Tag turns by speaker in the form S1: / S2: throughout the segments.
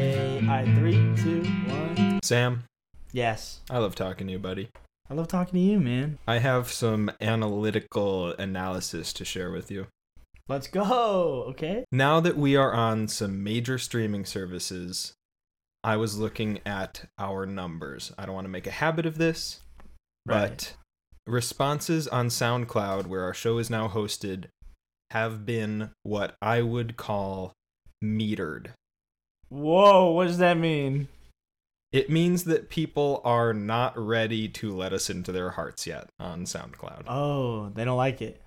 S1: right, three, two, one.
S2: Sam,
S1: Yes.
S2: I love talking to you, buddy.
S1: I love talking to you, man.
S2: I have some analytical analysis to share with you.
S1: Let's go. Okay.
S2: Now that we are on some major streaming services, I was looking at our numbers. I don't want to make a habit of this, but responses on SoundCloud, where our show is now hosted, have been what I would call metered.
S1: Whoa, what does that mean?
S2: It means that people are not ready to let us into their hearts yet on SoundCloud.
S1: Oh, they don't like it.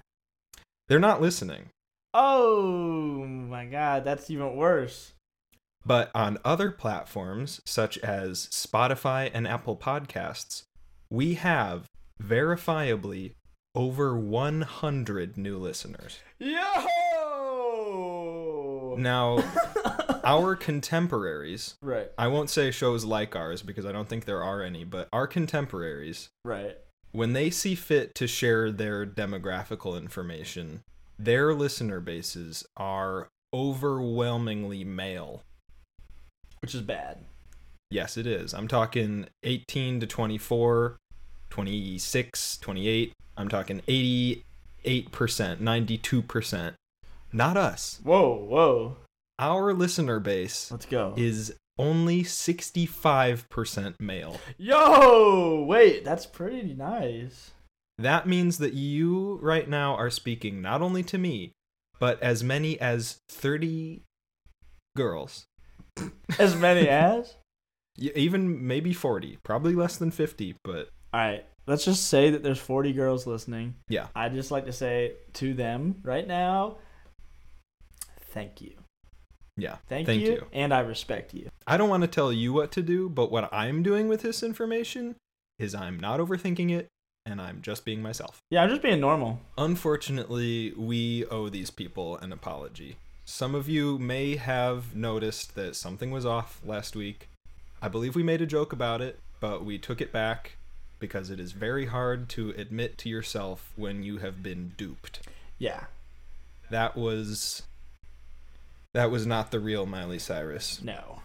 S2: They're not listening.
S1: Oh my god, that's even worse.
S2: But on other platforms such as Spotify and Apple Podcasts, we have verifiably over 100 new listeners.
S1: Yo!
S2: Now, our contemporaries,
S1: right,
S2: I won't say shows like ours because I don't think there are any, but our contemporaries,
S1: right.
S2: when they see fit to share their demographical information, their listener bases are overwhelmingly male.
S1: Which is bad.
S2: Yes, it is. I'm talking 18 to 24, 26, 28. I'm talking 88%, 92%. Not us.
S1: Whoa, whoa.
S2: Our listener base
S1: Let's go.
S2: is only 65% male.
S1: Yo! Wait, that's pretty nice.
S2: That means that you right now are speaking not only to me, but as many as 30 girls.
S1: As many as?
S2: Y- Even maybe 40, probably less than 50, but
S1: All right, let's just say that there's 40 girls listening.
S2: Yeah.
S1: I'd just like to say to them right now, thank you.
S2: yeah.
S1: Thank,
S2: Thank
S1: you,
S2: you.
S1: And I respect you.
S2: I don't want to tell you what to do, but what I'm doing with this information is I'm not overthinking it and I'm just being myself.
S1: Yeah, I'm just being normal.
S2: Unfortunately, we owe these people an apology. Some of you may have noticed that something was off last week. I believe we made a joke about it, but we took it back because it is very hard to admit to yourself when you have been duped.
S1: Yeah.
S2: That was that was not the real Miley Cyrus
S1: No.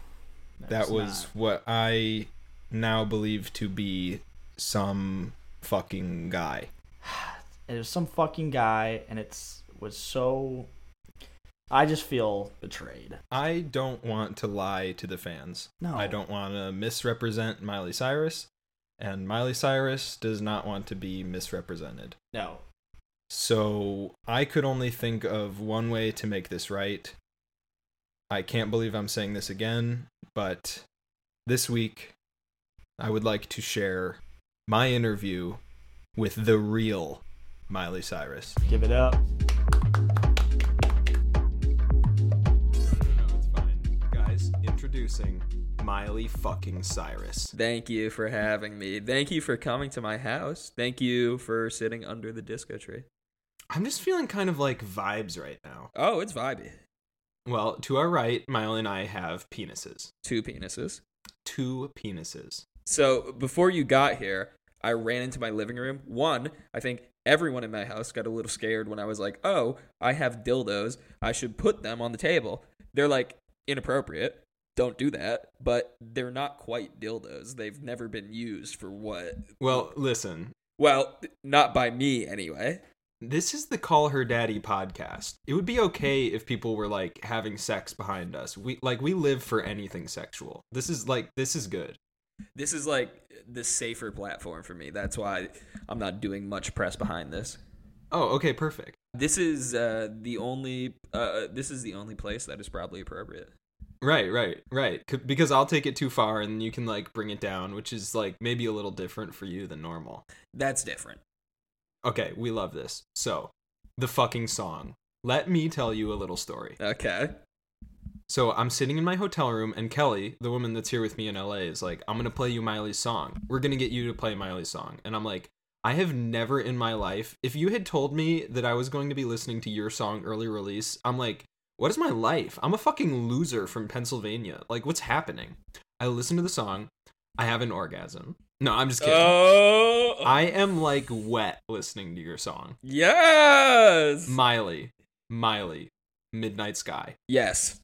S1: No,
S2: that
S1: it's
S2: was
S1: not.
S2: what I now believe to be some fucking guy.
S1: It was some fucking guy, and it's was so. I just feel betrayed.
S2: I don't want to lie to the fans.
S1: No.
S2: I don't want to misrepresent Miley Cyrus, and Miley Cyrus does not want to be misrepresented.
S1: No.
S2: So I could only think of one way to make this right. I can't believe I'm saying this again, but this week I would like to share my interview with the real Miley Cyrus.
S1: Give it up.
S2: it's fine. Guys, introducing Miley fucking Cyrus.
S3: Thank you for having me. Thank you for coming to my house. Thank you for sitting under the disco tree.
S2: I'm just feeling kind of like vibes right now.
S3: Oh, it's vibey.
S2: Well, to our right, Miley and I have penises.
S3: Two penises.
S2: Two penises.
S3: So before you got here, I ran into my living room. One, I think everyone in my house got a little scared when I was like, oh, I have dildos. I should put them on the table. They're like inappropriate. Don't do that. But they're not quite dildos. They've never been used for what?
S2: Well, listen,
S3: Well, not by me anyway.
S2: This is the Call Her Daddy podcast. It would be okay if people were like having sex behind us. We like we live for anything sexual. This is like this is good.
S3: this is like the safer platform for me. That's why I'm not doing much press behind this.
S2: Oh, okay, perfect.
S3: This is uh, the only uh, this is the only place that is probably appropriate.
S2: Right, right, right. C- because I'll take it too far and you can like bring it down, which is like maybe a little different for you than normal.
S3: That's different.
S2: Okay, we love this. So, the fucking song. Let me tell you a little story.
S3: Okay.
S2: So I'm sitting in my hotel room, and Kelly, the woman that's here with me in LA, is like, I'm going to play you Miley's song. We're going to get you to play Miley's song. And I'm like, I have never in my life, if you had told me that I was going to be listening to your song early release, I'm like, what is my life? I'm a fucking loser from Pennsylvania. Like, what's happening? I listen to the song. I have an orgasm. No, I'm just kidding.
S3: Oh
S2: I am like wet listening to your song.
S3: yes.
S2: Miley, Miley, Midnight Sky.
S3: yes.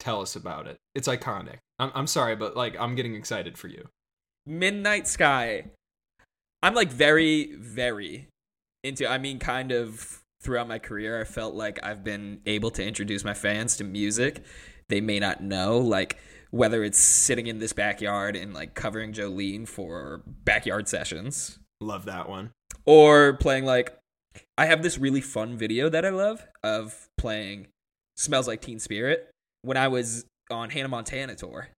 S2: Tell us about it. It's iconic. I'm, I'm sorry, but like I'm getting excited for you.
S3: Midnight Sky. I'm like very, very into. I mean, kind of throughout my career, I felt like I've been able to introduce my fans to music they may not know. Like whether it's sitting in this backyard and like covering Jolene for backyard sessions,
S2: Love that one.
S3: or playing like I have this really fun video that I love of playing "Smells Like Teen Spirit" when I was on Hannah Montana tour,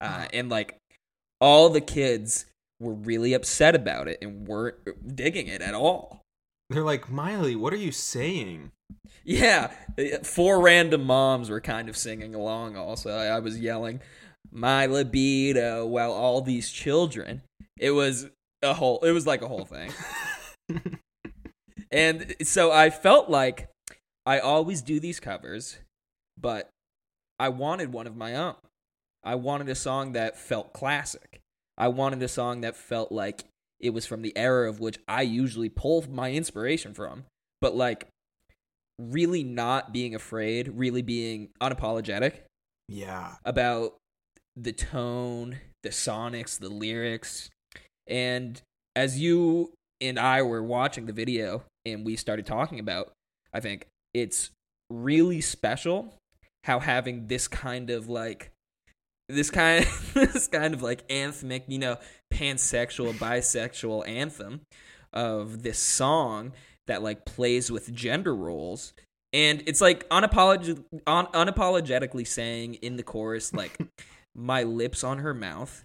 S3: uh, and like all the kids were really upset about it and weren't digging it at all.
S2: They're like Miley. What are you saying?
S3: Yeah, uh, four random moms were kind of singing along. Also, I I was yelling "my libido" while all these children. It was a whole. It was like a whole thing. and so I felt like I always do these covers, but I wanted one of my own. I wanted a song that felt classic. I wanted a song that felt like it was from the era of which I usually pull my inspiration from, but like really not being afraid, really being unapologetic
S2: Yeah.
S3: about the tone, the sonics, the lyrics. And as you and I were watching the video and we started talking about, I think it's really special how having this kind of like this kind this kind of like anthemic, you know, pansexual, bisexual anthem of this song that like plays with gender roles and it's like unapolog- un- unapologetically saying in the chorus like my lips on her mouth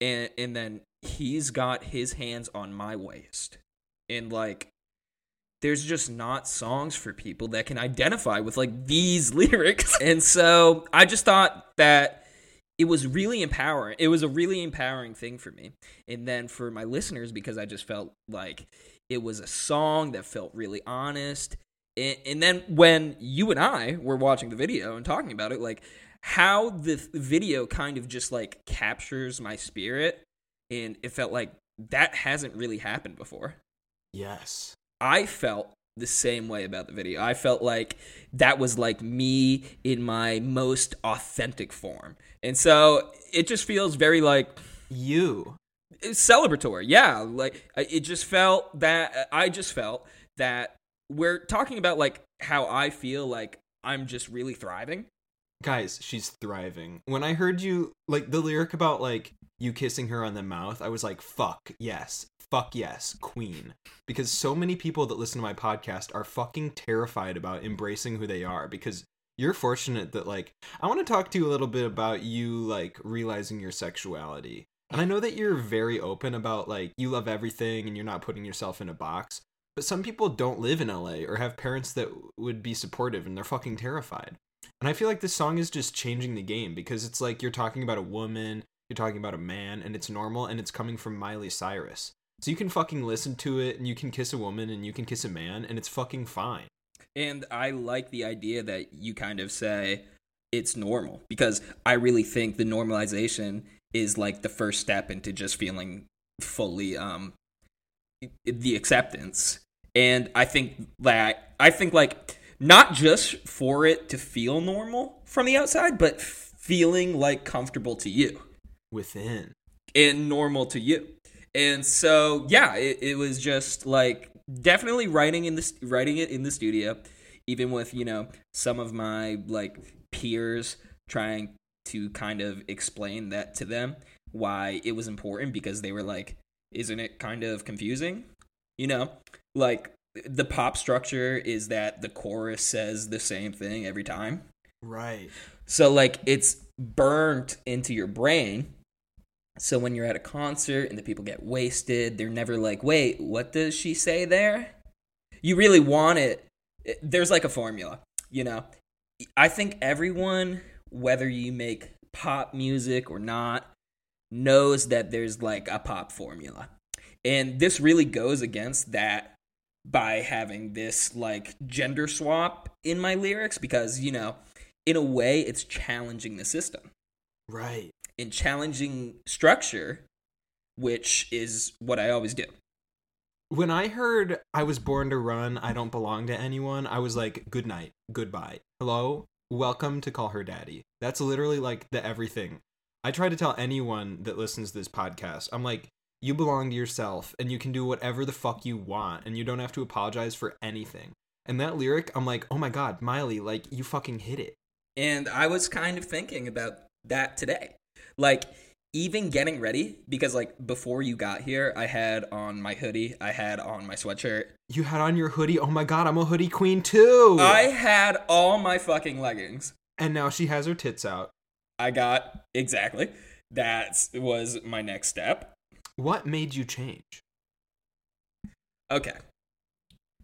S3: and and then he's got his hands on my waist and like there's just not songs for people that can identify with like these lyrics and so i just thought that it was really empowering it was a really empowering thing for me and then for my listeners because i just felt like it was a song that felt really honest and, and then when you and i were watching the video and talking about it like how the th- video kind of just like captures my spirit and it felt like that hasn't really happened before
S2: Yes.
S3: I felt the same way about the video. I felt like that was like me in my most authentic form. And so it just feels very like
S2: You.
S3: it's celebratory. Yeah, like I- it just felt that I just felt that we're talking about like how I feel like I'm just really thriving.
S2: guys she's thriving when i heard you like the lyric about like you kissing her on the mouth i was like fuck yes fuck yes queen because so many people that listen to my podcast are fucking terrified about embracing who they are because you're fortunate that like i want to talk to you a little bit about you like realizing your sexuality and i know that you're very open about like you love everything and you're not putting yourself in a box but some people don't live in la or have parents that would be supportive and they're fucking terrified and I feel like this song is just changing the game because it's like you're talking about a woman, you're talking about a man, and it's normal and it's coming from Miley Cyrus. So you can fucking listen to it and you can kiss a woman and you can kiss a man and it's fucking fine.
S3: And I like the idea that you kind of say it's normal because I really think the normalization is like the first step into just feeling fully um the acceptance. And I think that I think like not just for it to feel normal from the outside, but feeling like comfortable to you
S2: Within.
S3: and normal to you. And so yeah, it, it was just like definitely writing in this writing it in the studio, even with you know some of my like peers trying to kind of explain that to them why it was important because they were like, isn't it kind of confusing? You know, like the pop structure is that the chorus says the same thing every time.
S2: Right.
S3: So like it's burnt into your brain. So when you're at a concert and the people get wasted, they're never like, "Wait, what does she say there?" You really want it. it- There's like a formula, you know. I think everyone, whether you make pop music or not, knows that there's like a pop formula. And this really goes against that by having this like gender swap in my lyrics because, you know, in a way it's challenging the system
S2: Right.
S3: and challenging structure which is what i always do
S2: When I heard I was born to run, I don't belong to anyone, I was like, good night, goodbye. Hello? welcome to call her daddy. That's literally like the everything. I try to tell anyone that listens to this podcast, I'm like, you belong to yourself and you can do whatever the fuck you want and you don't have to apologize for anything. And that lyric, I'm like, oh my God, Miley, like, you fucking hit it.
S3: And I was kind of thinking about that today. Like, even getting ready, because like before you got here, I had on my hoodie, I had on my sweatshirt,
S2: You had on your hoodie. Oh my God, I'm a hoodie queen too.
S3: I had all my fucking leggings.
S2: and now she has her tits out.
S3: I got exactly. That was my next step.
S2: What made you change?
S3: Okay.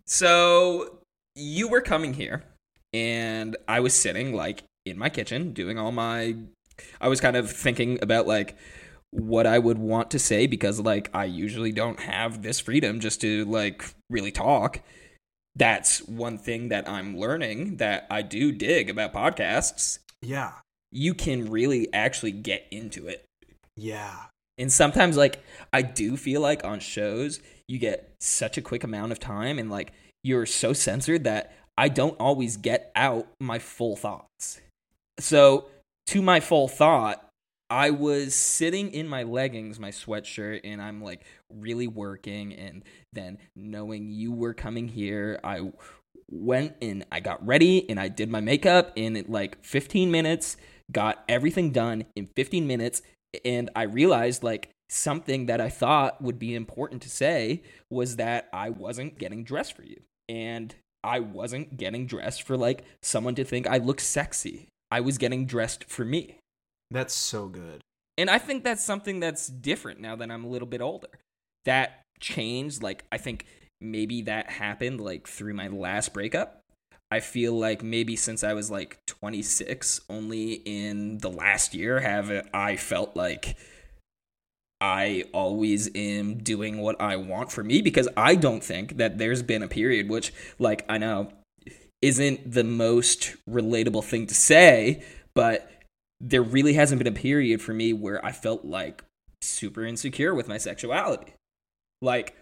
S3: So you were coming here, and I was sitting like in my kitchen doing all my. I was kind of thinking about like what I would want to say because like I usually don't have this freedom just to like really talk. That's one thing that I'm learning that I do dig about podcasts.
S2: Yeah.
S3: You can really actually get into it.
S2: Yeah.
S3: And sometimes, like, I do feel like on shows, you get such a quick amount of time and, like, you're so censored that I don't always get out my full thoughts. So, to my full thought, I was sitting in my leggings, my sweatshirt, and I'm like really working. And then, knowing you were coming here, I went and I got ready and I did my makeup in like 15 minutes, got everything done in 15 minutes and I realized like something that I thought would be important to say was that I wasn't getting dressed for you. And I wasn't getting dressed for like someone to think I look sexy. I was getting dressed for me.
S2: That's so good.
S3: And I think that's something that's different now that I'm a little bit older. That changed. Like, I think maybe that happened like through my last breakup. I feel like maybe since I was like 26, only in the last year have I felt like I always am doing what I want for me because I don't think that there's been a period, which, like, I know isn't the most relatable thing to say, but there really hasn't been a period for me where I felt like super insecure with my sexuality. Like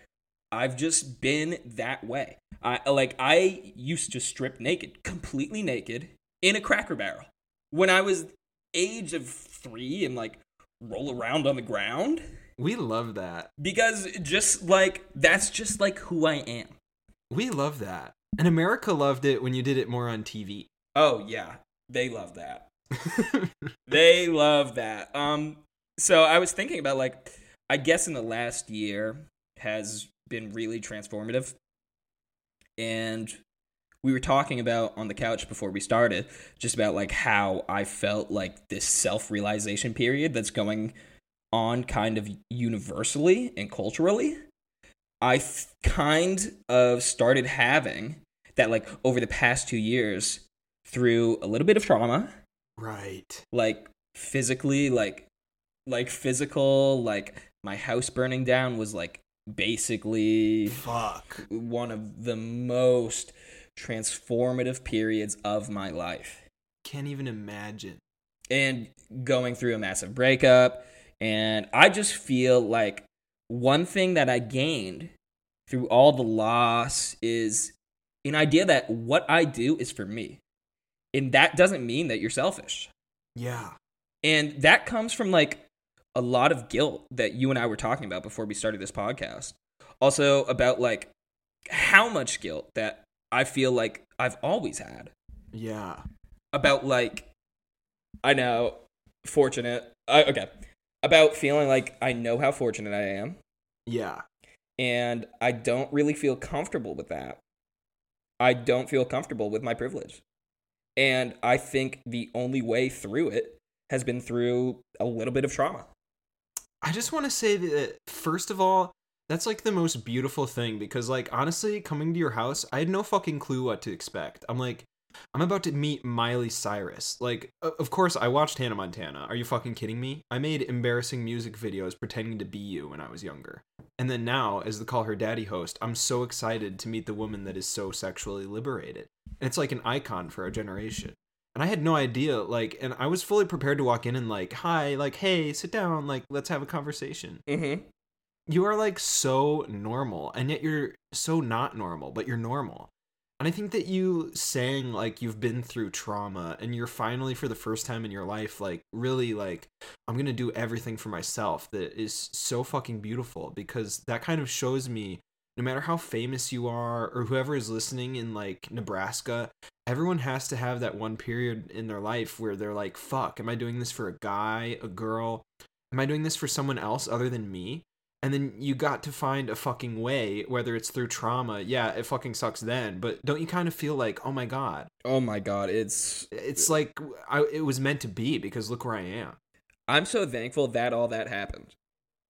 S3: I've just been that way. I like I used to strip naked, completely naked in a cracker barrel when I was age of 3 and like roll around on the ground
S2: We love that.
S3: because just like that's just like who I am.
S2: We love that. And America loved it when you did it more on TV.
S3: Oh yeah, they love that. they love that. Um, so I was thinking about like, I guess in the last year has been really transformative, and we were talking about on the couch before we started just about like how I felt like this self realization period that's going on kind of universally and culturally. I th- kind of started having that like over the past two years through a little bit of trauma
S2: right.
S3: like physically like like physical like my house burning down was like basically
S2: Fuck.
S3: one of the most transformative periods of my life
S2: Can't even imagine.
S3: and going through a massive breakup and i just feel like one thing that i gained through all the loss is an idea that what i do is for me and that doesn't mean that you're selfish
S2: Yeah.
S3: And that comes from like a lot of guilt that you and I were talking about before we started this podcast. Also about like how much guilt that I feel like I've always had
S2: Yeah.
S3: about like I know fortunate. I, okay. About feeling like I know how fortunate I am
S2: Yeah.
S3: and I don't really feel comfortable with that. I don't feel comfortable with my privilege. And I think the only way through it has been through a little bit of trauma.
S2: I just want to say that first of all, that's like the most beautiful thing because like honestly, coming to your house, I had no fucking clue what to expect. I'm like I'm about to meet Miley Cyrus. Like o- of course I watched Hannah Montana. Are you fucking kidding me? I made embarrassing music videos pretending to be you when I was younger. And then now as the Call Her Daddy host, I'm so excited to meet the woman that is so sexually liberated. And it's like an icon for our generation. And I had no idea, like, and I was fully prepared to walk in and, like, hi, like, hey, sit down, like, let's have a conversation.
S3: Mm-hmm.
S2: You are, like, so normal, and yet you're so not normal, but you're normal. And I think that you saying like you've been through trauma and you're finally for the first time in your life like really like I'm going to do everything for myself that is so fucking beautiful because that kind of shows me no matter how famous you are or whoever is listening in like Nebraska everyone has to have that one period in their life where they're like fuck am I doing this for a guy, a girl? Am I doing this for someone else other than me? and then you got to find a fucking way whether it's through trauma yeah it fucking sucks then but don't you kind of feel like oh my god
S3: Oh my god, it's
S2: it's like I, it was meant to be because look where i am
S3: I'm so thankful that all that happened.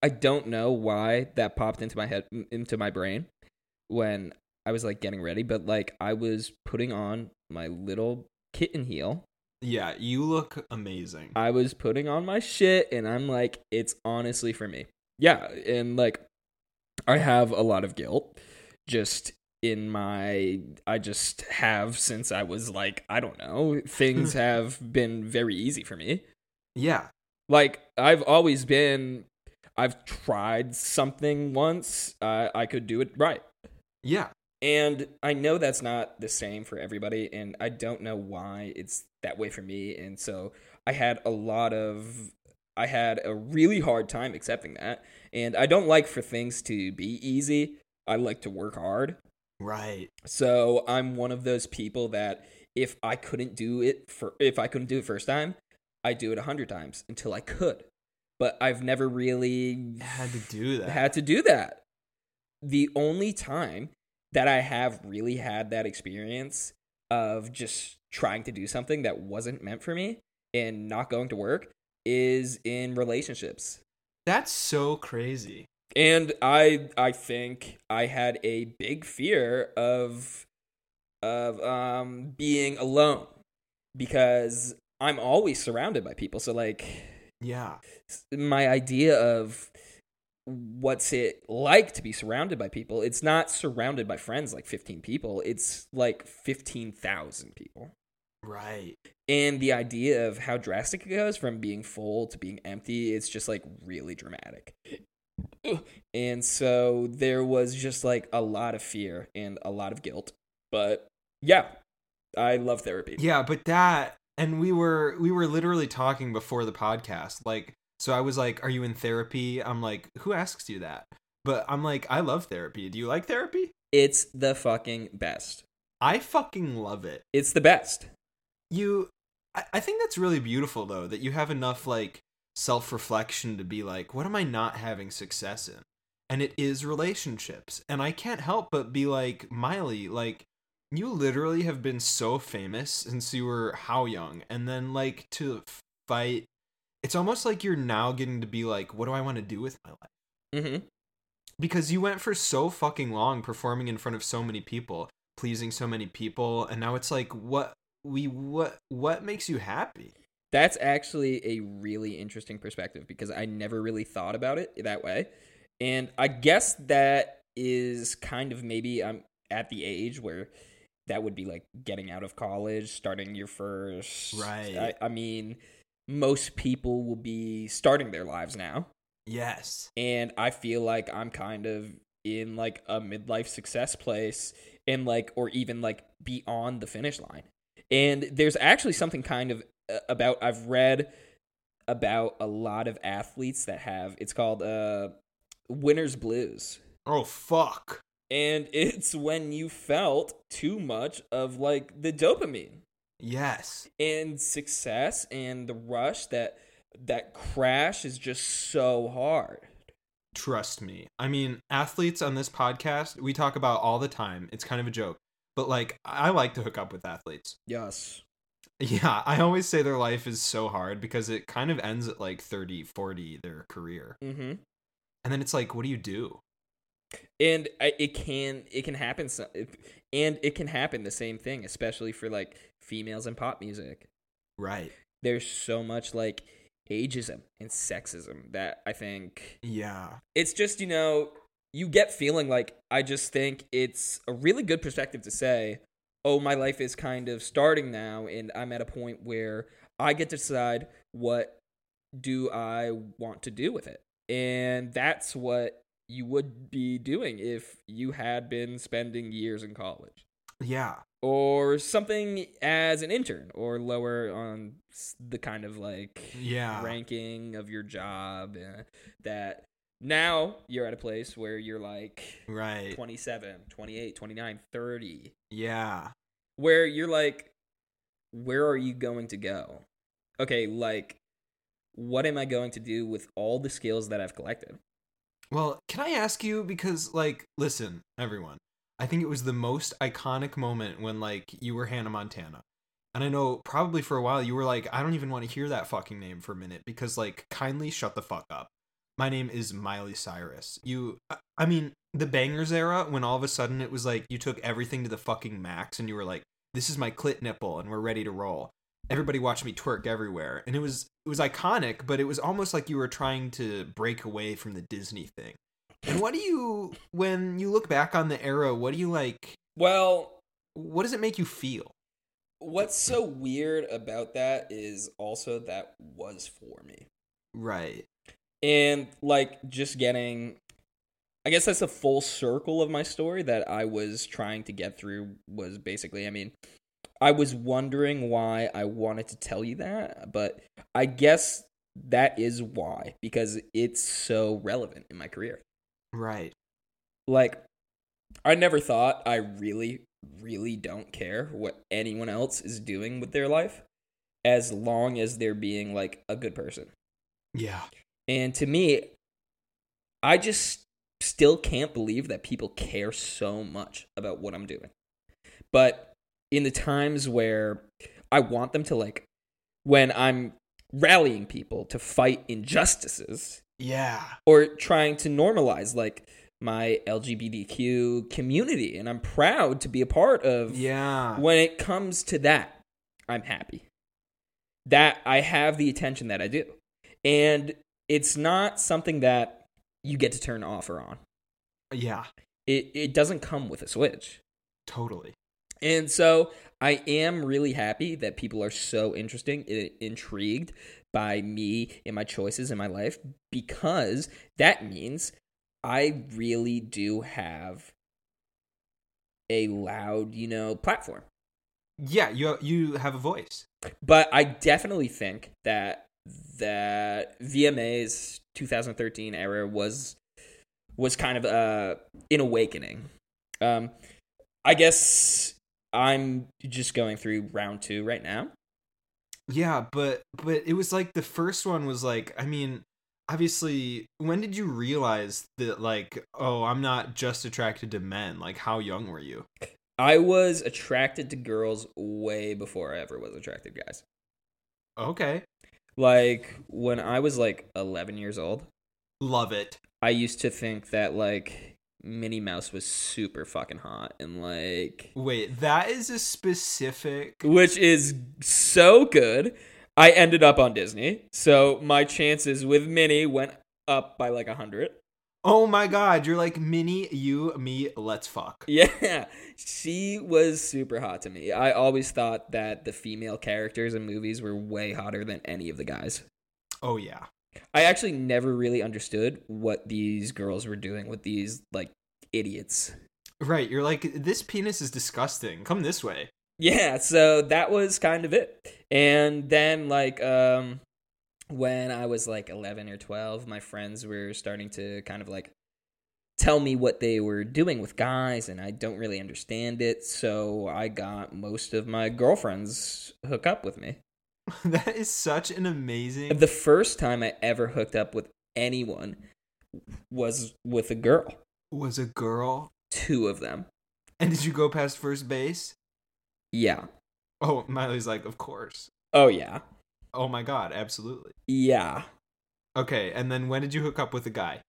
S3: I don't know why that popped into my head into my brain when I was like getting ready, but like I was putting on my little kitten heel.
S2: yeah you look amazing
S3: I was putting on my shit and I'm like it's honestly for me. Yeah, and like I have a lot of guilt just in my I just have since I was like I don't know, things have been very easy for me.
S2: yeah
S3: like i've always been i've tried something once uh, i could do it right
S2: yeah
S3: and i know that's not the same for everybody and i don't know why it's that way for me and so i had a lot of i had a really hard time accepting that and i don't like for things to be easy i like to work hard
S2: right
S3: so I'm one of those people that if I couldn't do it for if I couldn't do it first time, I do it a hundred times until I could. But I've never really
S2: had to do that
S3: had to do that. The only time that I have really had that experience of just trying to do something that wasn't meant for me and not going to work is in relationships
S2: that's so crazy
S3: and i i think i had a big fear of of um being alone because i'm always surrounded by people so like
S2: yeah
S3: s- my idea of what's it like to be surrounded by people it's not surrounded by friends like 15 people it's like 15,000 people
S2: right
S3: and the idea of how drastic it goes from being full to being empty it's just like really dramatic and so there was just like a lot of fear and a lot of guilt but yeah i love therapy
S2: yeah but that and we were we were literally talking before the podcast like so i was like are you in therapy i'm like who asks you that but i'm like i love therapy do you like therapy
S3: it's the fucking best
S2: i fucking love it
S3: it's the best
S2: you I, I think that's really beautiful though that you have enough like self-reflection to be like what am i not having success in and it is relationships and i can't help but be like miley like you literally have been so famous since you were how young and then like to fight it's almost like you're now getting to be like what do i want to do with my life
S3: hmm
S2: because you went for so fucking long performing in front of so many people pleasing so many people and now it's like what we what what makes you happy
S3: that's actually a really interesting perspective because i never really thought about it that way and i guess that is kind of maybe i'm at the age where that would be like getting out of college, starting your first.
S2: Right.
S3: I, I mean, most people will be starting their lives now.
S2: yes
S3: And I feel like I'm kind of in like a midlife success place and like, or even like beyond the finish line. And there's actually something kind of uh, about, I've read about a lot of athletes that have, it's called uh, winner's blues
S2: oh fuck
S3: and it's when you felt too much of like the dopamine
S2: yes
S3: and success and the rush that that crash is just so hard
S2: trust me i mean athletes on this podcast we talk about all the time it's kind of a joke but like i like to hook up with athletes
S3: yes
S2: yeah i always say their life is so hard because it kind of ends at like 30 40 their career
S3: mm-hmm
S2: and then it's like what do you do
S3: and I- it can it can happen so- it- and it can happen the same thing especially for like females in pop music
S2: right
S3: there's so much like ageism and sexism that i think
S2: yeah
S3: it's just you know you get feeling like i just think it's a really good perspective to say oh my life is kind of starting now and i'm at a point where i get to decide what do i want to do with it and that's what you would be doing if you had been spending years in college
S2: Yeah.
S3: or something as an intern or lower on s- the kind of like
S2: Yeah.
S3: ranking of your job uh, that now you're at a place where you're like
S2: Right.
S3: 27 28 29 30
S2: Yeah.
S3: where you're like where are you going to go okay like what am i going to do with all the skills that i've collected
S2: Well, can I ask you because like listen, everyone. I think it was the most iconic moment when like you were Hannah Montana. And I know probably for a while you were like I don't even want to hear that fucking name for a minute because like kindly shut the fuck up. My name is Miley Cyrus. You I- I mean, the bangers era when all of a sudden it was like you took everything to the fucking max and you were like this is my clit nipple and we're ready to roll. Everybody watched me twerk everywhere and it was it was iconic, but it was almost like you were trying to break away from the Disney thing. And what do you when you look back on the era, what do you like
S3: well
S2: what does it make you feel?
S3: what's so weird about that is also that was for me
S2: Right.
S3: and like just getting i guess that's a full circle of my story that i was trying to get through was basically i mean i was wondering why i wanted to tell you that but i guess that is why because it's so relevant in my career
S2: Right.
S3: like i never thought i really really don't care what anyone else is doing with their life as long as they're being like a good person
S2: Yeah.
S3: and to me, I just still can't believe that people care so much about what I'm doing. But in the times where I want them to, like, when I'm rallying people to fight injustices
S2: Yeah.
S3: or trying to normalize, like, my LGBTQ community, and I'm proud to be a part of
S2: Yeah.
S3: when it comes to that, I'm happy. That I have the attention that I do. And it's not something that you get to turn off or on.
S2: Yeah.
S3: It it doesn't come with a switch.
S2: Totally.
S3: And so I am really happy that people are so interesting and intrigued by me and my choices in my life because that means I really do have a loud, you know, platform.
S2: Yeah, you you have a voice.
S3: but I definitely think that that VMA's 2013 era was was kind of uh, an awakening. Um, I guess I'm just going through round two right now.
S2: Yeah, but but it was like the first one was like, I mean, obviously, when did you realize that like, oh, I'm not just attracted to men? Like how young were you?
S3: I was attracted to girls way before I ever was attracted to guys.
S2: Okay.
S3: Like when I was like 11 years old,
S2: Love it.
S3: I used to think that like Minnie Mouse was super fucking hot and like
S2: Wait, that is a specific
S3: which is so good. I ended up on Disney, so my chances with Minnie went up by like a hundred.
S2: Oh my god, you're like mini you me let's fuck.
S3: Yeah, she was super hot to me. I always thought that the female characters in movies were way hotter than any of the guys.
S2: Oh yeah.
S3: I actually never really understood what these girls were doing with these like idiots.
S2: Right, you're like this penis is disgusting. Come this way.
S3: yeah so that was kind of it and then like um when i was like 11 or 12 my friends were starting to kind of like tell me what they were doing with guys and i don't really understand it so i got most of my girlfriends hook up with me
S2: that is such an amazing
S3: the first time i ever hooked up with anyone was with a girl
S2: was a girl.
S3: two of them
S2: And did you go past first base?
S3: yeah
S2: Oh, Miley's like, of course.
S3: oh yeah
S2: Oh my god, absolutely.
S3: yeah
S2: Okay, and then when did you hook up with a guy?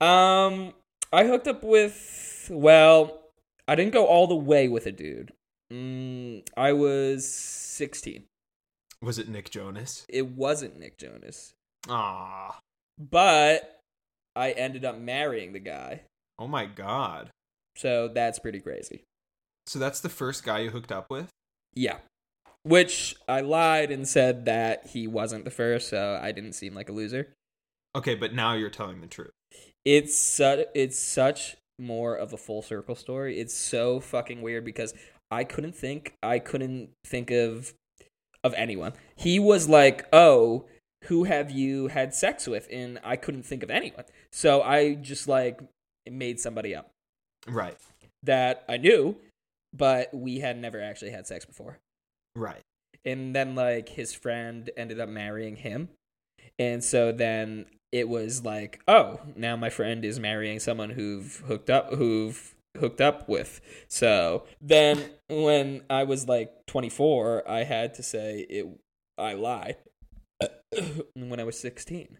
S3: Um, I hooked up with. Well, I didn't go all the way with a dude. Mm, I was sixteen.
S2: Was it Nick Jonas?
S3: It wasn't Nick Jonas,
S2: Ah,
S3: but I ended up marrying the guy.
S2: oh my god.
S3: So that's pretty crazy.
S2: So that's the first guy you hooked up with?
S3: Yeah. Which I lied and said that he wasn't the first, so I didn't seem like a loser.
S2: Okay, but now you're telling the truth.
S3: It's su- it's such more of a full circle story. It's so fucking weird because I couldn't think I couldn't think of of anyone. He was like, "Oh, who have you had sex with?" and I couldn't think of anyone. So I just like made somebody up
S2: Right.
S3: that I knew, but we had never actually had sex before.
S2: Right.
S3: And then like his friend ended up marrying him. And so then it was like, "Oh, now my friend is marrying someone who've hooked up who've hooked up with." So then when I was like 24, I had to say it I lied. when I was 16.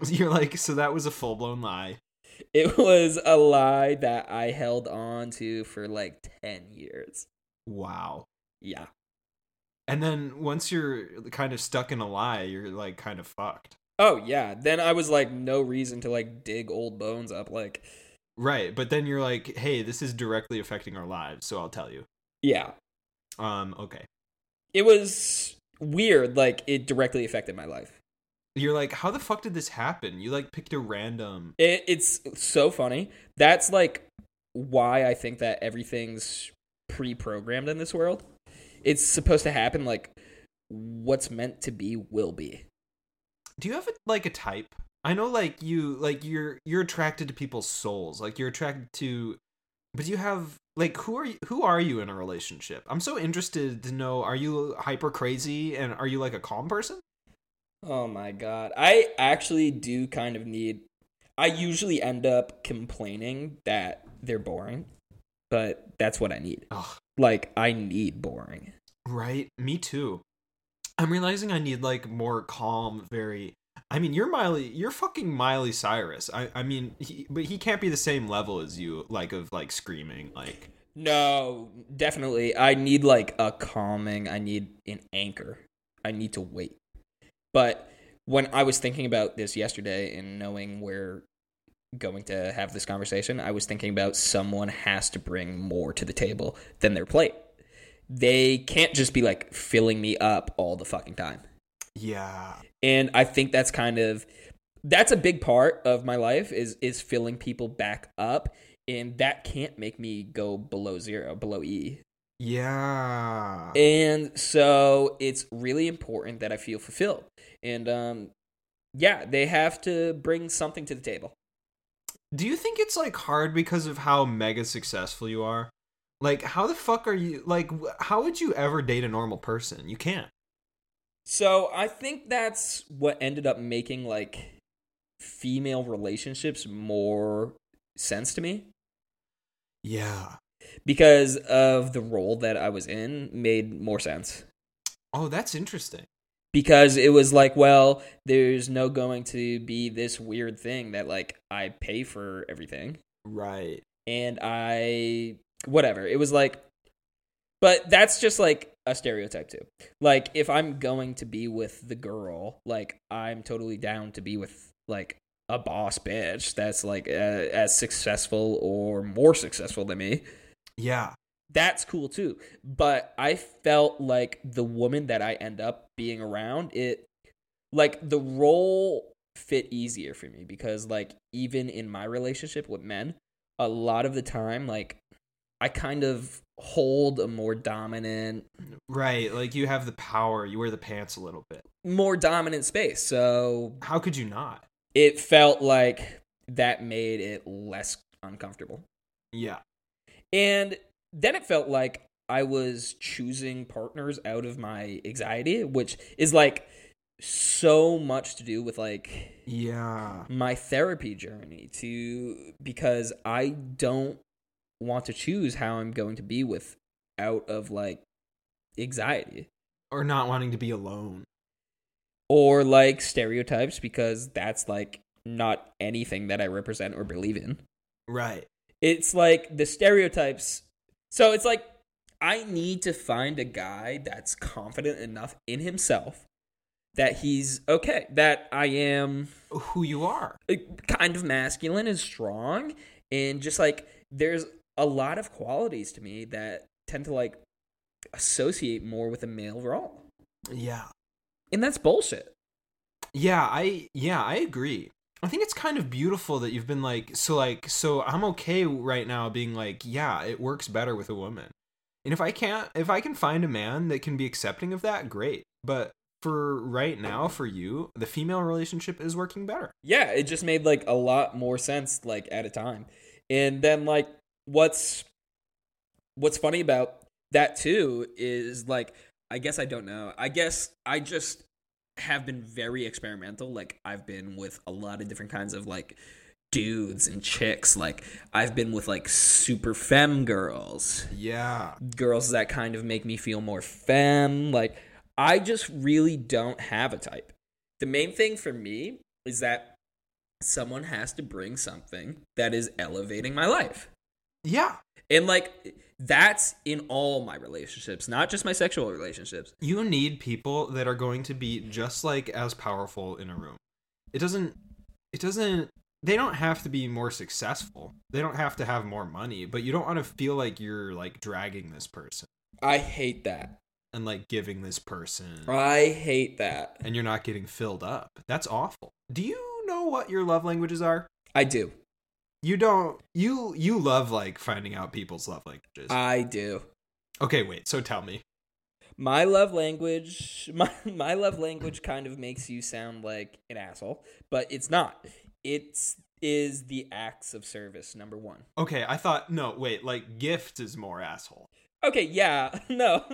S2: You're like, so that was a full blown lie.
S3: It was a lie that I held on to for like 10 years.
S2: Wow.
S3: Yeah.
S2: And then once you're kind of stuck in a lie, you're like kind of fucked.
S3: Oh yeah. Then I was like, no reason to like dig old bones up. Like,
S2: Right. But then you're like, hey, this is directly affecting our lives, so I'll tell you.
S3: yeah,
S2: Um, okay.
S3: it was weird. Like, it directly affected my life.
S2: You're like, how the fuck did this happen? You like picked a random
S3: It, it's so funny. That's like why I think that everything's pre-programmed in this world. It's supposed to happen. Like, what's meant to be will be.
S2: Do you have a, like a type? I know like you like you're you're attracted to people's souls. Like you're attracted to but you have like who are you who are you in a relationship? I'm so interested to know are you hyper crazy and are you like a calm person?
S3: Oh my god. I actually do kind of need I usually end up complaining that they're boring, but that's what I need.
S2: Ugh.
S3: Like I need boring.
S2: Right? Me too. I'm realizing I need like more calm, very I mean, you're Miley, you're fucking Miley Cyrus. I I mean, he, but he can't be the same level as you like of like screaming like
S3: No, definitely. I need like a calming, I need an anchor. I need to wait. But when I was thinking about this yesterday and knowing we're going to have this conversation, I was thinking about someone has to bring more to the table than their plate. They can't just be like filling me up all the fucking time.
S2: yeah.
S3: And I think that's kind of that's a big part of my life is is filling people back up and that can't make me go below 0, below E.
S2: Yeah.
S3: And so it's really important that I feel fulfilled. And um yeah, they have to bring something to the table.
S2: Do you think it's like hard because of how mega successful you are? Like, how the fuck are you? Like, wh- how would you ever date a normal person? You can't.
S3: So I think that's what ended up making like female relationships more sense to me
S2: Yeah.
S3: because of the role that I was in made more sense.
S2: Oh, that's interesting.
S3: Because it was like, well, there's no going to be this weird thing that like I pay for everything.
S2: Right.
S3: and I whatever. It was like but that's just like a stereotype too. Like if I'm going to be with the girl, like I'm totally down to be with like a boss bitch that's like uh, as successful or more successful than me.
S2: Yeah.
S3: That's cool too. But I felt like the woman that I end up being around, it like the role fit easier for me because like even in my relationship with men a lot of the time like i kind of hold a more dominant
S2: Right. Like, you have the power. You wear the pants a little bit.
S3: more dominant space so
S2: How could you not?
S3: it felt like that made it less uncomfortable
S2: Yeah.
S3: and then it felt like i was choosing partners out of my anxiety which is like so much to do with like
S2: Yeah.
S3: my therapy journey to because I don't want to choose how I'm going to be with out of like anxiety
S2: Or not wanting to be alone.
S3: or like stereotypes because that's like not anything that I represent or believe in.
S2: Right.
S3: It's like the stereotypes. So it's like I need to find a guy that's confident enough in himself that he's okay, that I am
S2: Who you are.
S3: kind of masculine and strong and just like there's a lot of qualities to me that tend to like associate more with a male role
S2: Yeah.
S3: and that's bullshit
S2: Yeah, I yeah, I agree. I think it's kind of beautiful that you've been like so like so I'm okay right now being like yeah it works better with a woman. And if I can't if I can find a man that can be accepting of that great. But for right now for you the female relationship is working better.
S3: Yeah, it just made like a lot more sense like at a time. And then like what's what's funny about that too is like I guess I don't know. I guess I just have been very experimental. Like I've been with a lot of different kinds of like dudes and chicks. Like I've been with like super femme girls,
S2: Yeah.
S3: girls that kind of make me feel more femme. Like I just really don't have a type. The main thing for me is that someone has to bring something that is elevating my life.
S2: Yeah.
S3: And like that's in all my relationships, not just my sexual relationships.
S2: You need people that are going to be just like as powerful in a room. It doesn't it doesn't they don't have to be more successful. They don't have to have more money, but you don't want to feel like you're like dragging this person
S3: I hate that.
S2: and like giving this person
S3: I hate that.
S2: and you're not getting filled up. That's awful. Do you know what your love languages are?
S3: I do.
S2: You don't you you love like finding out people's love languages.
S3: I do.
S2: okay, wait. So tell me.
S3: My love language, my, my love language kind of makes you sound like an asshole, but it's not. It's is the acts of service number 1.
S2: Okay, I thought no, wait, like gift is more asshole.
S3: Okay, yeah. No.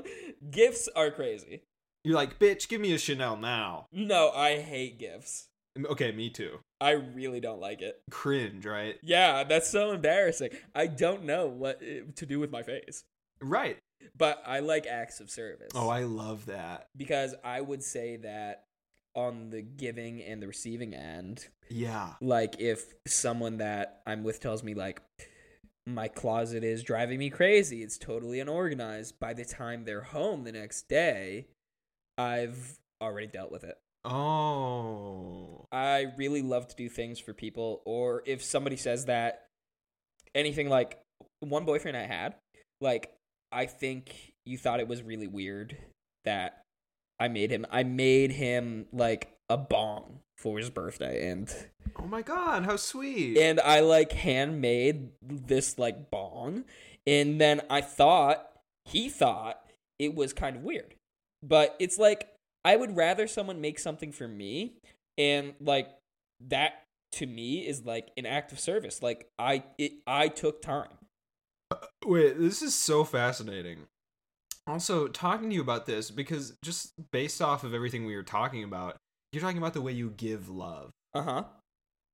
S3: Gifts are crazy.
S2: You're like, "Bitch, give me a Chanel now."
S3: No, I hate gifts.
S2: Okay, me too.
S3: I really don't like it.
S2: Cringe, right?
S3: Yeah, that's so embarrassing. I don't know what eh, to do with my face,
S2: Right.
S3: but I like acts of service.
S2: Oh, I love that.
S3: because I would say that on the giving and the receiving end,
S2: Yeah.
S3: like if someone that I'm with tells me like my closet is driving me crazy, it's totally unorganized, by the time they're home the next day, I've already dealt with it.
S2: Oh.
S3: I really love to do things for people or if somebody says that anything like one boyfriend I had, like I think you thought it was really weird that I made him I made him like a bong for his birthday and
S2: Oh my god, how sweet.
S3: and I like handmade this like bong and then I thought he thought it was kind of weird. But it's like I would rather someone make something for me and like that to me is like an act of service. Like I it, I took time.
S2: Wait, this is so fascinating. Also, talking to you about this because just based off of everything we were talking about, you're talking about the way you give love
S3: Uh-huh.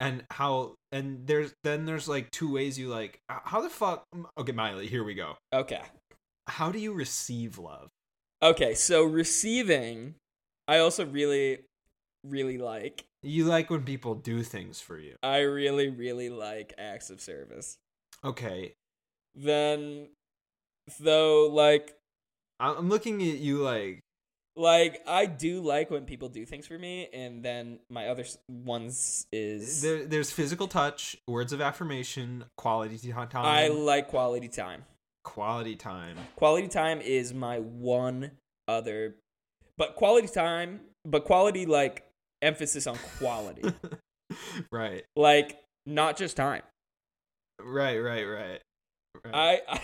S2: and how and there's then there's like two ways you like h- how the fuck okay, Miley, here we go.
S3: Okay.
S2: How do you receive love?
S3: Okay, so receiving I also really really like
S2: You like when people do things for you.
S3: I really really like acts of service.
S2: Okay.
S3: Then though like
S2: I- I'm looking at you like
S3: like I do like when people do things for me, and then my other s- ones is
S2: There, there's physical touch, words of affirmation, quality ti- time.
S3: I like quality time.
S2: quality time.
S3: Quality time is my one other, but quality time, but quality like emphasis on quality,
S2: right,
S3: like not just time.
S2: right, right, right. right.
S3: I, I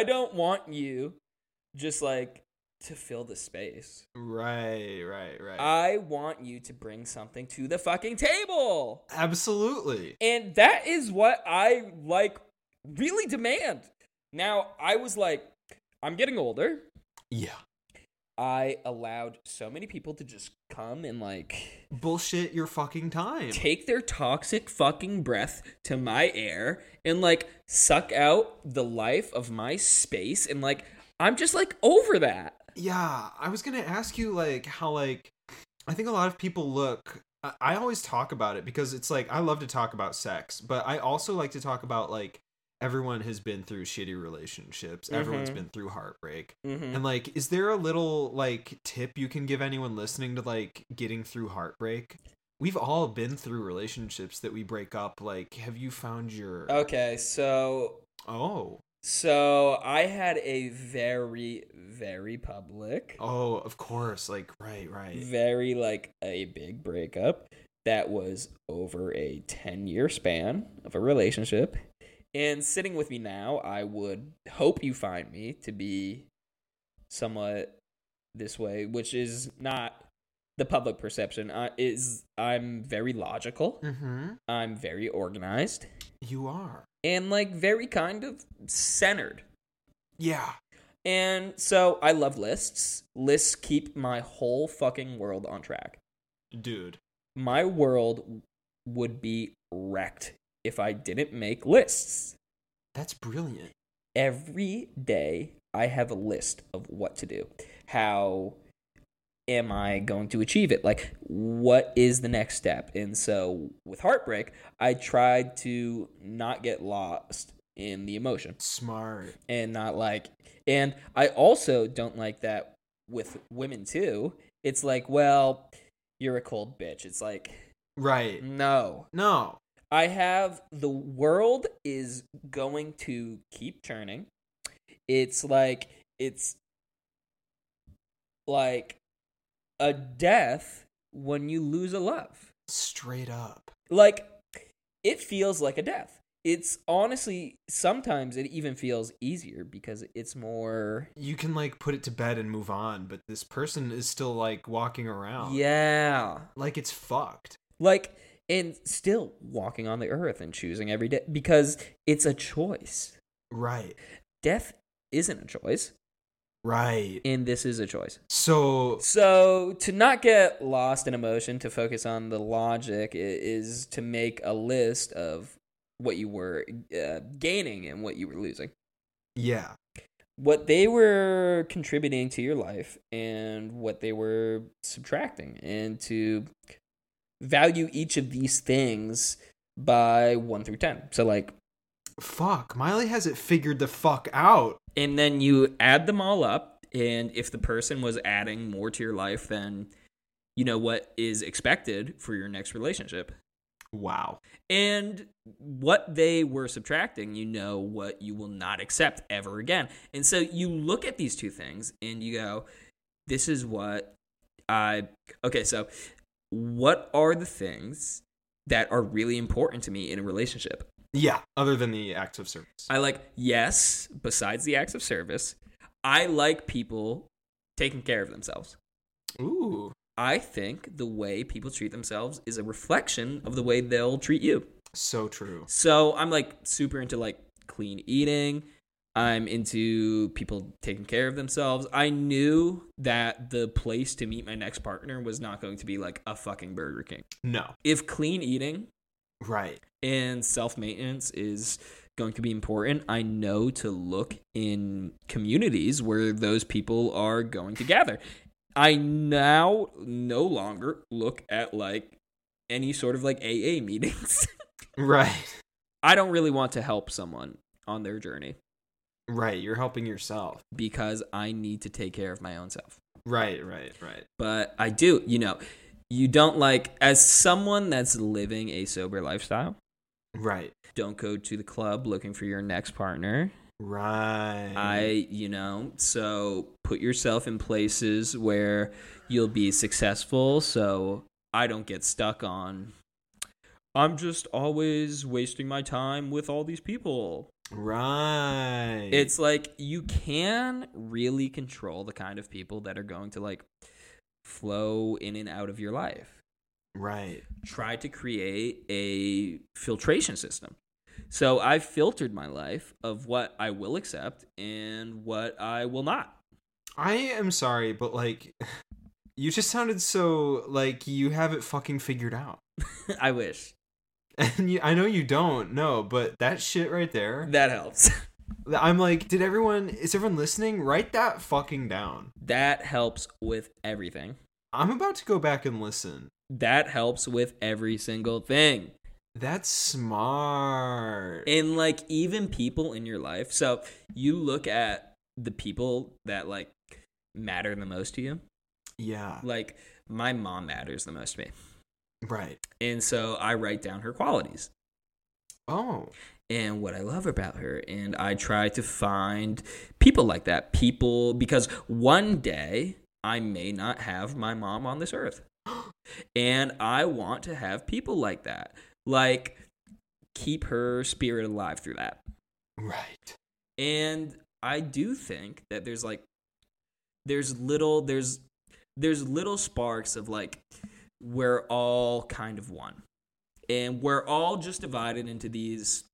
S3: I don't want you just like to fill the space.
S2: right, right, right.
S3: I want you to bring something to the fucking table.
S2: Absolutely.
S3: And that is what I like really demand. Now, I was like, I'm getting older.
S2: Yeah.
S3: I allowed so many people to just come and like
S2: Bullshit your fucking time.
S3: take their toxic fucking breath to my air and like suck out the life of my space. And like, I'm just like over that.
S2: Yeah, I was gonna ask you like how like I think a lot of people look. I, I always talk about it because it's like I love to talk about sex, but I also like to talk about like everyone has been through shitty relationships. Everyone's
S3: Mhm.
S2: been through heartbreak.
S3: Mm-hmm.
S2: And like, is there a little like tip you can give anyone listening to like getting through heartbreak? We've all been through relationships that we break up. Like, have you found your
S3: Okay, so
S2: oh
S3: so I had a very very public
S2: oh of course like right right
S3: very like a big breakup that was over a 10 year span of a relationship. And sitting with me now, I would hope you find me to be somewhat this way, which is not the public perception. I is I'm very logical.
S2: Mm-hmm.
S3: I'm very organized
S2: You are.
S3: and like very kind of centered.
S2: Yeah.
S3: And so I love lists. Lists keep my whole fucking world on track.
S2: Dude.
S3: my world would be wrecked if I didn't make lists.
S2: That's brilliant.
S3: Every day I have a list of what to do. How am I going to achieve it? Like, what is the next step? And so with Heartbreak, I tried to not get lost in the emotion
S2: Smart.
S3: and not like and i also don't like that with women too it's like well you're a cold bitch it's like Mm.
S2: Right.
S3: no
S2: No.
S3: I have the world is going to keep turning. It's like it's like a death when you lose a love.
S2: Straight up.
S3: Like it feels like a death. It's honestly sometimes it even feels easier because it's more
S2: You can like put it to bed and move on, but this person is still like walking around.
S3: yeah.
S2: Like it's fucked.
S3: Like and still walking on the earth and choosing every day because it's a choice.
S2: Right.
S3: Death isn't a choice.
S2: Right.
S3: and this is a choice.
S2: So
S3: So to not get lost in emotion, to focus on the logic i- is to make a list of what you were uh, gaining and what you were losing,
S2: yeah.
S3: what they were contributing to your life, and what they were subtracting, and to value each of these things by one through ten. So like,
S2: Fuck. Miley has it figured the fuck out.
S3: and then you add them all up and if the person was adding more to your life than you know what is expected for your next relationship
S2: Wow.
S3: and what they were subtracting you know what you will not accept ever again and so you look at these two things and you go this is what i okay so what are the things that are really important to me in a relationship
S2: Yeah. Other than the acts of service.
S3: I like, yes, besides the acts of service, I like people taking care of themselves.
S2: Ooh.
S3: I think the way people treat themselves is a reflection of the way they'll treat you.
S2: So true.
S3: So I'm like super into like clean eating. I'm into people taking care of themselves. I knew that the place to meet my next partner was not going to be like a fucking Burger King.
S2: No.
S3: If clean eating
S2: Right.
S3: and self maintenance is going to be important. I know to look in communities where those people are going to gather. I now no longer look at like any sort of like AA meetings.
S2: Right.
S3: I don't really want to help someone on their journey
S2: Right. You're helping yourself.
S3: because I need to take care of my own self.
S2: Right. Right. Right.
S3: But I do, you know, you don't like, as someone that's living a sober lifestyle,
S2: Right.
S3: don't go to the club looking for your next partner.
S2: Right.
S3: I, you know, so put yourself in places where you'll be successful so I don't get stuck on I'm just always wasting my time with all these people.
S2: Right.
S3: It's like you can really control the kind of people that are going to like flow in and out of your life
S2: right.
S3: try to create a filtration system. So I've filtered my life of what I will accept and what I will not.
S2: I am sorry, but like you just sounded so like you have it fucking figured out.
S3: I wish
S2: And you, I know you don't, no, but that shit right there.
S3: that helps.
S2: I'm like, did everyone is everyone listening? Write that fucking down.
S3: That helps with everything.
S2: I'm about to go back and listen.
S3: That helps with every single thing.
S2: That's smart.
S3: And like even people in your life. So you look at the people that like matter the most to you.
S2: yeah.
S3: Like my mom matters the most to me.
S2: Right.
S3: And so I write down her qualities.
S2: Oh.
S3: and what I love about her. And I try to find people like that. People, because one day I may not have my mom on this earth. And I want to have people like that. Like, keep her spirit alive through that.
S2: Right.
S3: And I do think that there's like there's little there's there's little sparks of like we're all kind of one. And we're all just divided into these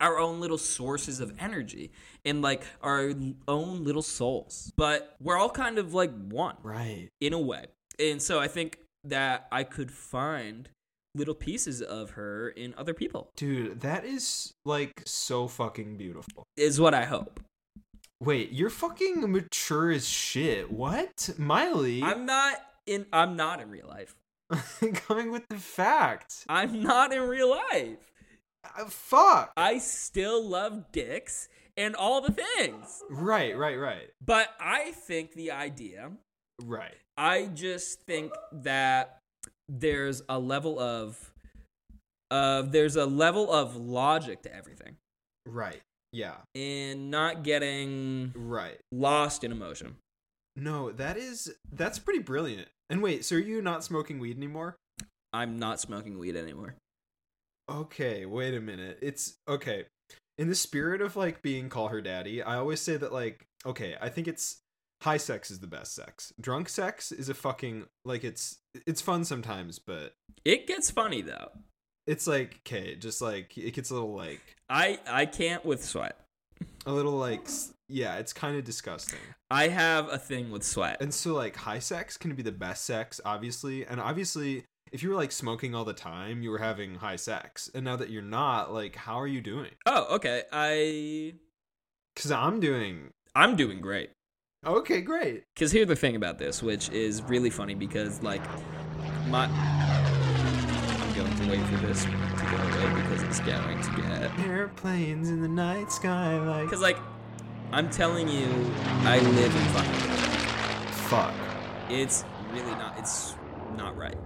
S3: our own little sources of energy and like our own little souls. But we're all kind of like one
S2: Right.
S3: in a way. And so I think that I could find little pieces of her in other people.
S2: Dude, that is like so fucking beautiful.
S3: Is what I hope.
S2: Wait, you're fucking mature as shit. What? Miley
S3: I'm not in I'm not in real life.
S2: coming with the facts.
S3: I'm not in real life.
S2: Uh, fuck.
S3: I still love dicks and all the things.
S2: Right, right, right.
S3: But I think the idea,
S2: Right.
S3: I just think that there's a level of uh, there's a level of logic to everything
S2: Right. Yeah.
S3: and not getting
S2: Right.
S3: lost in emotion.
S2: No, that is that's pretty brilliant. And wait, so are you not smoking weed anymore?
S3: I'm not smoking weed anymore.
S2: Okay, wait a minute. It's okay. In the spirit of like being call her daddy, I always say that like okay, I think it's high sex is the best sex. Drunk sex is a fucking like it's it's fun sometimes, but
S3: It gets funny though.
S2: it's like okay, just like it gets a little like
S3: I I can't with sweat.
S2: a little like s- yeah, it's kind of disgusting.
S3: I have a thing with sweat.
S2: And so like high sex can be the best sex, obviously. And obviously, if you were like smoking all the time, you were having high sex. And now that you're not, like how are you doing?
S3: Oh, okay. I
S2: Cuz I'm doing
S3: I'm doing great.
S2: Okay, great.
S3: Because here's the thing about this, which is really funny because, like, my. I'm going to wait for this to go away because it's going to get.
S2: Airplanes in the night sky like
S3: Because, like, I'm telling you, I live in fucking.
S2: fuck.
S3: It's really not. It's not right.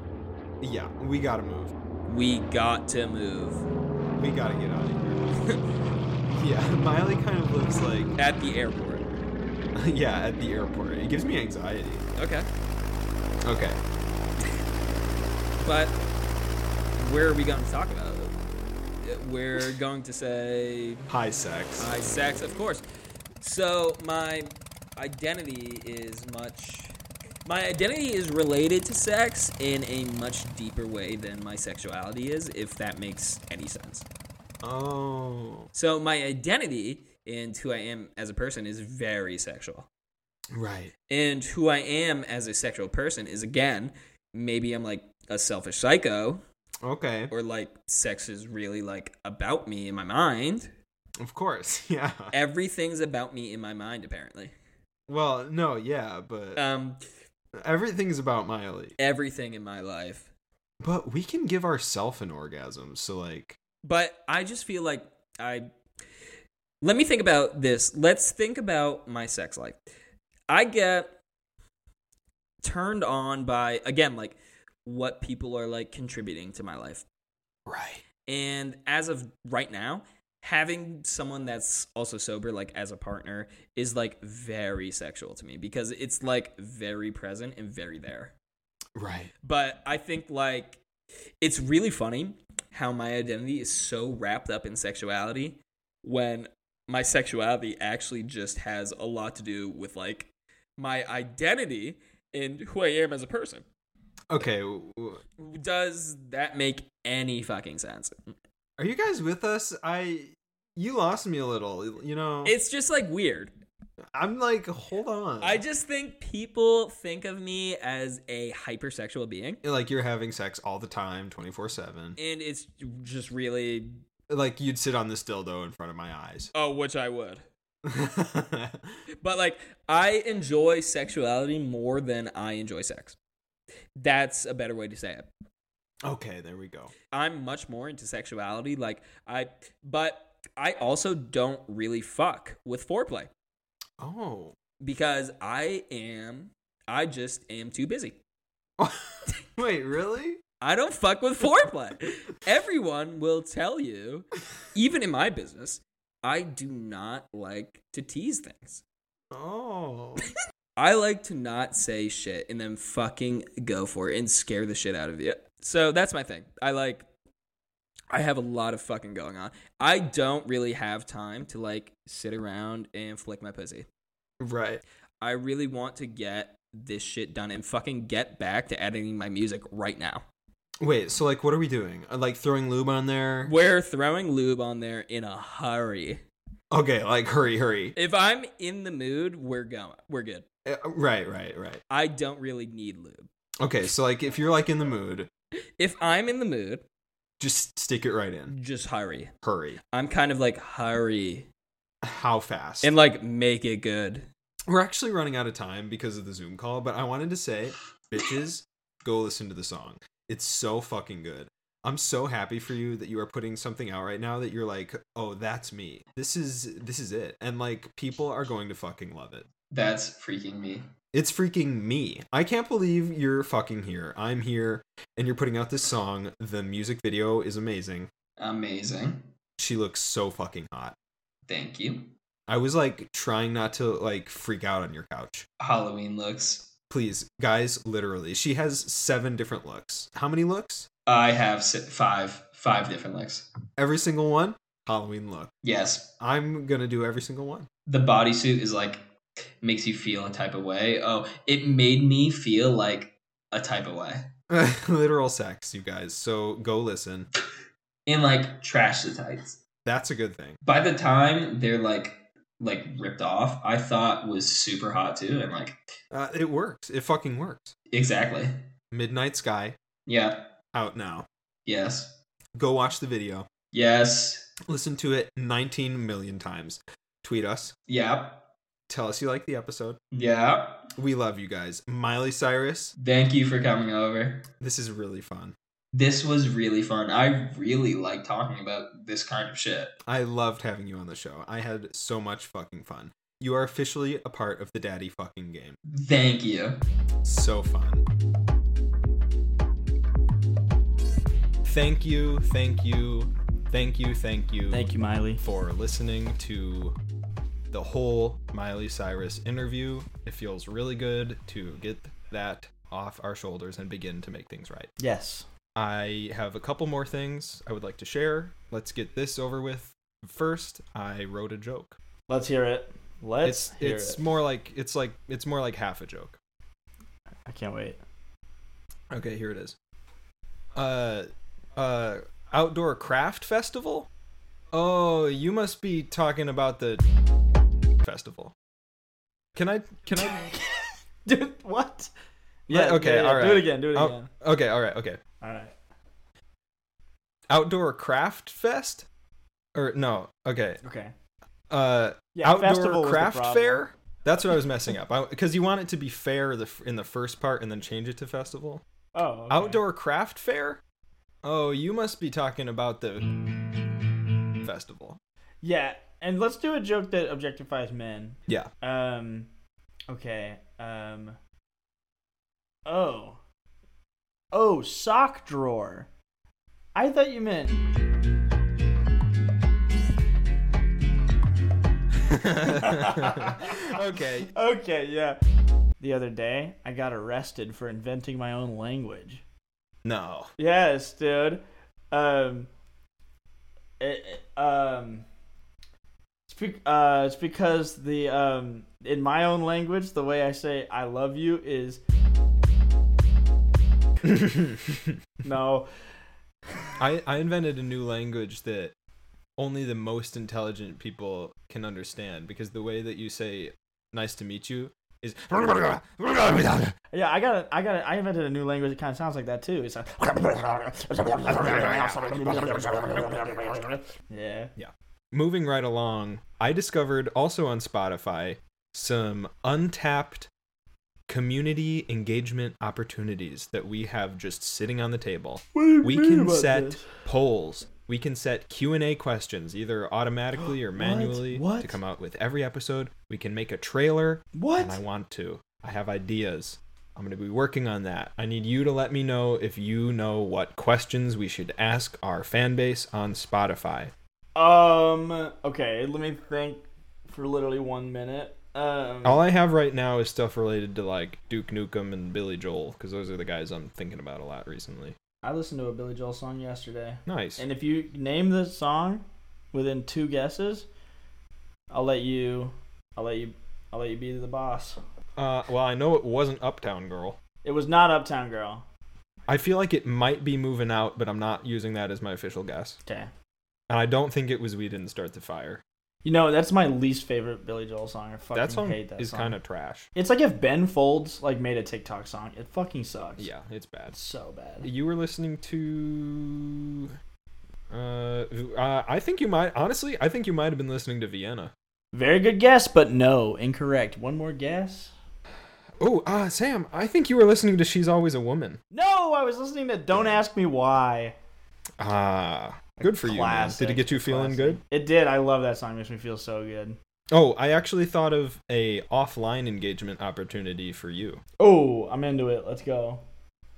S2: Yeah, we got to move.
S3: We got to move
S2: We got to get out of here. yeah, Miley kind of lives like
S3: at the airport.
S2: yeah, at the airport. It gives me anxiety.
S3: Okay.
S2: Okay.
S3: But where are we going to talk about it? We're going to say
S2: High sex.
S3: I sex, of course. So my identity is much. My identity is related to sex in a much deeper way than my sexuality is, if that makes any sense.
S2: oh.
S3: So my identity and who I am as a person is very sexual,
S2: Right.
S3: and who I am as a sexual person is again maybe I'm like a selfish psycho,
S2: Okay.
S3: or like sex is really like about me in my mind.
S2: Of course. Yeah.
S3: Everything's about me in my mind, apparently.
S2: Well, no, yeah, but
S3: Um,
S2: everything's about Miley.
S3: everything in my life.
S2: But we can give ourselves an orgasm. So like,
S3: But I just feel like I let me think about this. Let's think about my sex life. I get turned on by again like what people are like contributing to my life.
S2: right.
S3: And as of right now, having someone that's also sober like as a partner is like very sexual to me because it's like very present and very there.
S2: Right.
S3: But I think like it's really funny how my identity is so wrapped up in sexuality when my sexuality actually just has a lot to do with like my identity and who I am as a person.
S2: Okay. w- w-
S3: Does that make any fucking sense?
S2: Are you guys with us? I you lost me a little. You know,
S3: It's just like weird.
S2: I'm like, hold on.
S3: I just think people think of me as a hypersexual being
S2: like you're having sex all the time, twenty four seven.
S3: and it's just really
S2: Like you'd sit on this dildo in front of my eyes.
S3: oh which I would. But like I enjoy sexuality more than I enjoy sex. That's a better way to say it.
S2: okay, there we go.
S3: I'm much more into sexuality like I but I also don't really fuck with foreplay
S2: Oh.
S3: because I am I just am too busy.
S2: Wait, really?
S3: I don't fuck with foreplay. Everyone will tell you, even in my business, I do not like to tease things.
S2: Oh.
S3: I like to not say shit and then fucking go for it and scare the shit out of you. So that's my thing. I like I have a lot of fucking going on. I don't really have time to like sit around and flick my pussy.
S2: Right.
S3: I really want to get this shit done and fucking get back to editing my music right now.
S2: Wait, so like what are we doing? Uh, Like throwing lube on there?
S3: We're throwing lube on there in a hurry.
S2: Okay, like hurry, hurry.
S3: If I'm in the mood, we're going. We're good.
S2: Uh, right, right, right.
S3: I don't really need lube.
S2: Okay, so like if you're like in the mood,
S3: If I'm in the mood,
S2: just stick it right in.
S3: just hurry.
S2: Hurry.
S3: I'm kind of like hurry
S2: How fast?
S3: and like make it good.
S2: We're actually running out of time because of the Zoom call, but I wanted to say, bitches, go listen to the song. It's so fucking good. I'm so happy for you that you are putting something out right now that you're like, "Oh, that's me. This is this is it." And like people are going to fucking love it.
S4: That's freaking me.
S2: It's freaking me. I can't believe you're fucking here. I'm here and you're putting out this song. The music video is amazing.
S4: Amazing.
S2: She looks so fucking hot.
S4: Thank you.
S2: I was like trying not to like freak out on your couch.
S4: Halloween looks.
S2: please guys literally she has seven different looks how many looks
S4: I have si- five five different looks.
S2: every single one halloween look
S4: Yes,
S2: i'm gonna do every single one
S4: the bodysuit is like makes you feel a type of way. Oh, it made me feel like a type of way.
S2: literal sex you guys so go listen
S4: And like trash the tights.
S2: that's a good thing
S4: By the time they're like like ripped off, I thought was super hot too and like
S2: uh, it works it fucking works
S4: exactly.
S2: midnight sky
S4: Yeah.
S2: out now
S4: Yes.
S2: go watch the video
S4: Yes.
S2: listen to it 19 million times tweet us
S4: Yep.
S2: tell us you like the episode
S4: Yep.
S2: we love you guys miley cyrus
S4: Thank you for coming over.
S2: this is really fun
S4: This was really fun. I really like talking about this kind of shit.
S2: I loved having you on the show. I had so much fucking fun. You are officially a part of the daddy fucking game.
S4: Thank you.
S2: So fun. Thank you, thank you, thank you, thank you,
S1: Thank you, Miley.
S2: for listening to the whole Miley Cyrus interview. It feels really good to get that off our shoulders and begin to make things right.
S1: Yes.
S2: I have a couple more things I would like to share. Let's get this over with. First, I wrote a joke.
S1: Let's hear it. Let's
S2: it's
S1: hear
S2: it's
S1: it.
S2: more like it's like it's more like half a joke.
S1: I can't wait.
S2: Okay, here it is. Uh uh outdoor craft festival? Oh, you must be talking about the festival. Can I can I
S1: Dude, what?
S2: Yeah, okay, all
S1: Do
S2: right.
S1: it again. Do it
S2: Oh.
S1: again.
S2: Okay, all right, okay.
S1: All right.
S2: Outdoor craft fest? Or no, okay.
S1: Okay.
S2: Uh
S1: Yeah, festival
S2: outdoor
S1: was the
S2: craft
S1: problem.
S2: fair? That's what I was messing up. Because you want it to be fair the, f- in the first part and then change it to festival.
S1: Oh. okay.
S2: Outdoor craft fair? Oh, you must be talking about the festival.
S1: Yeah, and let's do a joke that objectifies men.
S2: Yeah.
S1: Um, okay. Um. Oh. Oh, sock drawer. I thought you meant.
S2: okay.
S1: Okay, yeah. The other day, I got arrested for inventing my own language.
S2: No.
S1: Yes, dude. Um, it, it- um, it's, be- uh, it's because the um, in my own language, the way I say "I love you" is no.
S2: I, I invented a new language that only the most intelligent people can understand because the way that you say nice to meet you is
S1: Yeah, I got, a, I got, a, I invented a new language that kind of sounds like that too. It's like, yeah,
S2: moving right along, I discovered also on Spotify some untapped community engagement opportunities that we have just sitting on the table. We can set polls. We can set Q&A questions either automatically or
S1: What?
S2: manually to
S1: What?
S2: come out with every episode. We can make a trailer
S1: what?
S2: and I want to. I have ideas. I'm going to be working on that. I need you to let me know if you know what questions we should ask our fan base on Spotify.
S1: Um. Okay. Let me think for literally one minute. Um,
S2: All I have right now is stuff related to like Duke Nukem and Billy Joel because those are the guys I'm thinking about a lot recently.
S1: I listened to a Billy Joel song yesterday,
S2: Nice.
S1: and if you name the song within two guesses, I'll let you. I'll let you. I'll let you be the boss.
S2: Uh, well, I know it wasn't Uptown Girl.
S1: It was not Uptown Girl.
S2: I feel like it might be moving out, but I'm not using that as my official guess.
S1: Okay.
S2: And I don't think it was We Didn't Start the Fire.
S1: You know that's my least favorite Billy Joel song. I fucking
S2: that song
S1: hate that
S2: is
S1: song.
S2: kind of trash.
S1: It's like if Ben Folds like made a TikTok song. It fucking sucks.
S2: Yeah, it's bad.
S1: It's so bad.
S2: You were listening to. Uh, uh, I think you might. Honestly, I think you might have been listening to Vienna.
S1: Very good guess, but no, incorrect. One more guess.
S2: Oh, uh, Sam, I think you were listening to She's Always a Woman.
S1: No, I was listening to Don't Ask Me Why.
S2: Ah, good for you. Man. Did it
S1: Classic,
S2: get you feeling
S1: classic.
S2: good?
S1: It did. I love that song. It makes me feel so good.
S2: Oh, I actually thought of a offline engagement opportunity for you.
S1: Oh, I'm into it. Let's go.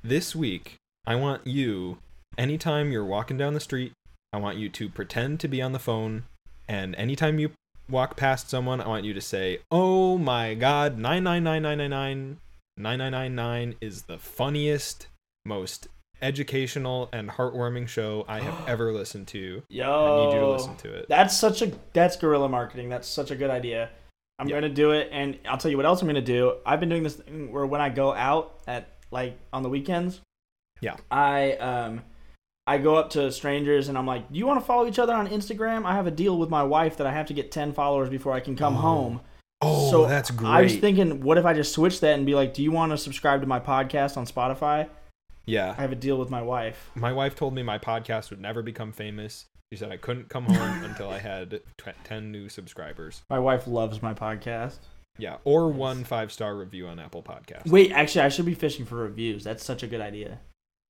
S2: This week, I want you anytime you're walking down the street, I want you to pretend to be on the phone and anytime you walk past someone, I want you to say, "Oh my god, 999999 9999 is the funniest, most educational and heartwarming show I have ever listened to." I
S1: Yo.
S2: need you to listen to it.
S1: That's such a that's guerrilla marketing. That's such a good idea. I'm
S2: Yeah.
S1: gonna do it, and I'll tell you what else I'm gonna do. I've been doing this thing where when I go out at like on the weekends,
S2: Yeah.
S1: I um I go up to strangers and I'm like, "Do you want to follow each other on Instagram? I have a deal with my wife that I have to get ten followers before I can come
S2: Oh,
S1: home."
S2: Oh,
S1: so
S2: that's great.
S1: I was thinking, what if I just switch that and be like, "Do you want to subscribe to my podcast on Spotify?
S2: yeah.
S1: I have a deal with my wife."
S2: My wife told me my podcast would never become famous. She said I couldn't come home until I had tw 10 new subscribers.
S1: My wife loves my podcast.
S2: Yeah, or one five star review on Apple Podcasts.
S1: Wait, actually, I should be fishing for reviews. That's such a good idea.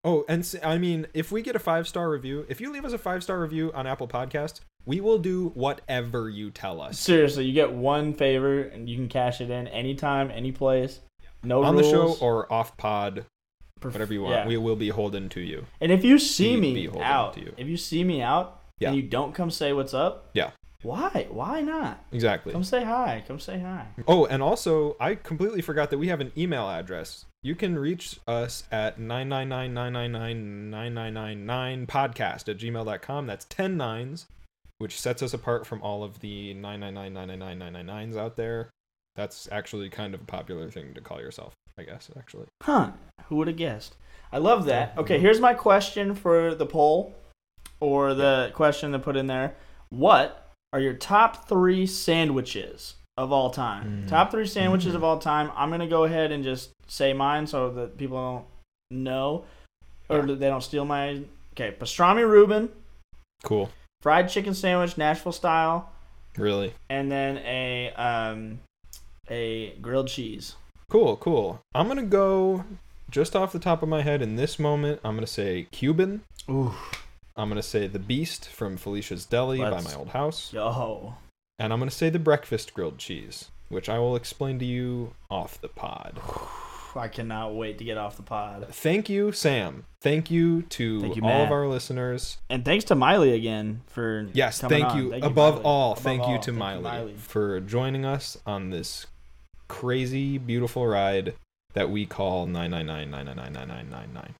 S2: Oh, and s- I mean, if we get a five star review, if you leave us a five star review on Apple Podcasts, we will do whatever you tell us.
S1: Seriously, you get one favor and you can cash it in anytime, any place. No
S2: on the show
S1: rules.
S2: or off pod,
S1: Perf-
S2: whatever you want,
S1: yeah.
S2: we will be holden to you.
S1: and if you see
S2: be-
S1: me
S2: be holding
S1: out,
S2: to you.
S1: if you see me out
S2: Yeah.
S1: and you don't come say what's up,
S2: Yeah.
S1: why? Why not?
S2: Exactly.
S1: Come say hi. Come say hi.
S2: Oh, and also, I completely forgot that we have an email address. You can reach us at 999999999 podcast at gmail.com. That's 10 nines, which sets us apart from all of the 999999999s out there. That's actually kind of a popular thing to call yourself, I guess, actually.
S1: Huh? Who would have guessed? I love that. Okay, here's my question for the poll, or the question to put in there. What are your top three sandwiches of all time?
S2: Mm.
S1: Top three sandwiches
S2: Mhm.
S1: of all time. I'm gonna go ahead and just say mine so that people don't know, or
S2: Yeah.
S1: that they don't steal my. Okay, pastrami Reuben,
S2: Cool.
S1: fried chicken sandwich, Nashville style,
S2: Really?
S1: and then a um, a grilled cheese.
S2: Cool, cool. I'm going to go just off the top of my head in this moment. I'm going to say Cuban.
S1: Ooh,
S2: I'm going to say The Beast from Felicia's Deli
S1: Let's-
S2: by my old house.
S1: yo.
S2: And I'm going to say the breakfast grilled cheese, which I will explain to you off the pod.
S1: I cannot wait to get off the pod.
S2: Thank you, Sam. Thank you to
S1: Thank you,
S2: all
S1: Matt.
S2: of our listeners.
S1: And thanks to Miley again for
S2: Yes,
S1: coming
S2: thank
S1: on.
S2: you. above
S1: Miley.
S2: all,
S1: Above
S2: thank
S1: all,
S2: you to Miley, for joining us on this crazy, beautiful ride that we call 999999999.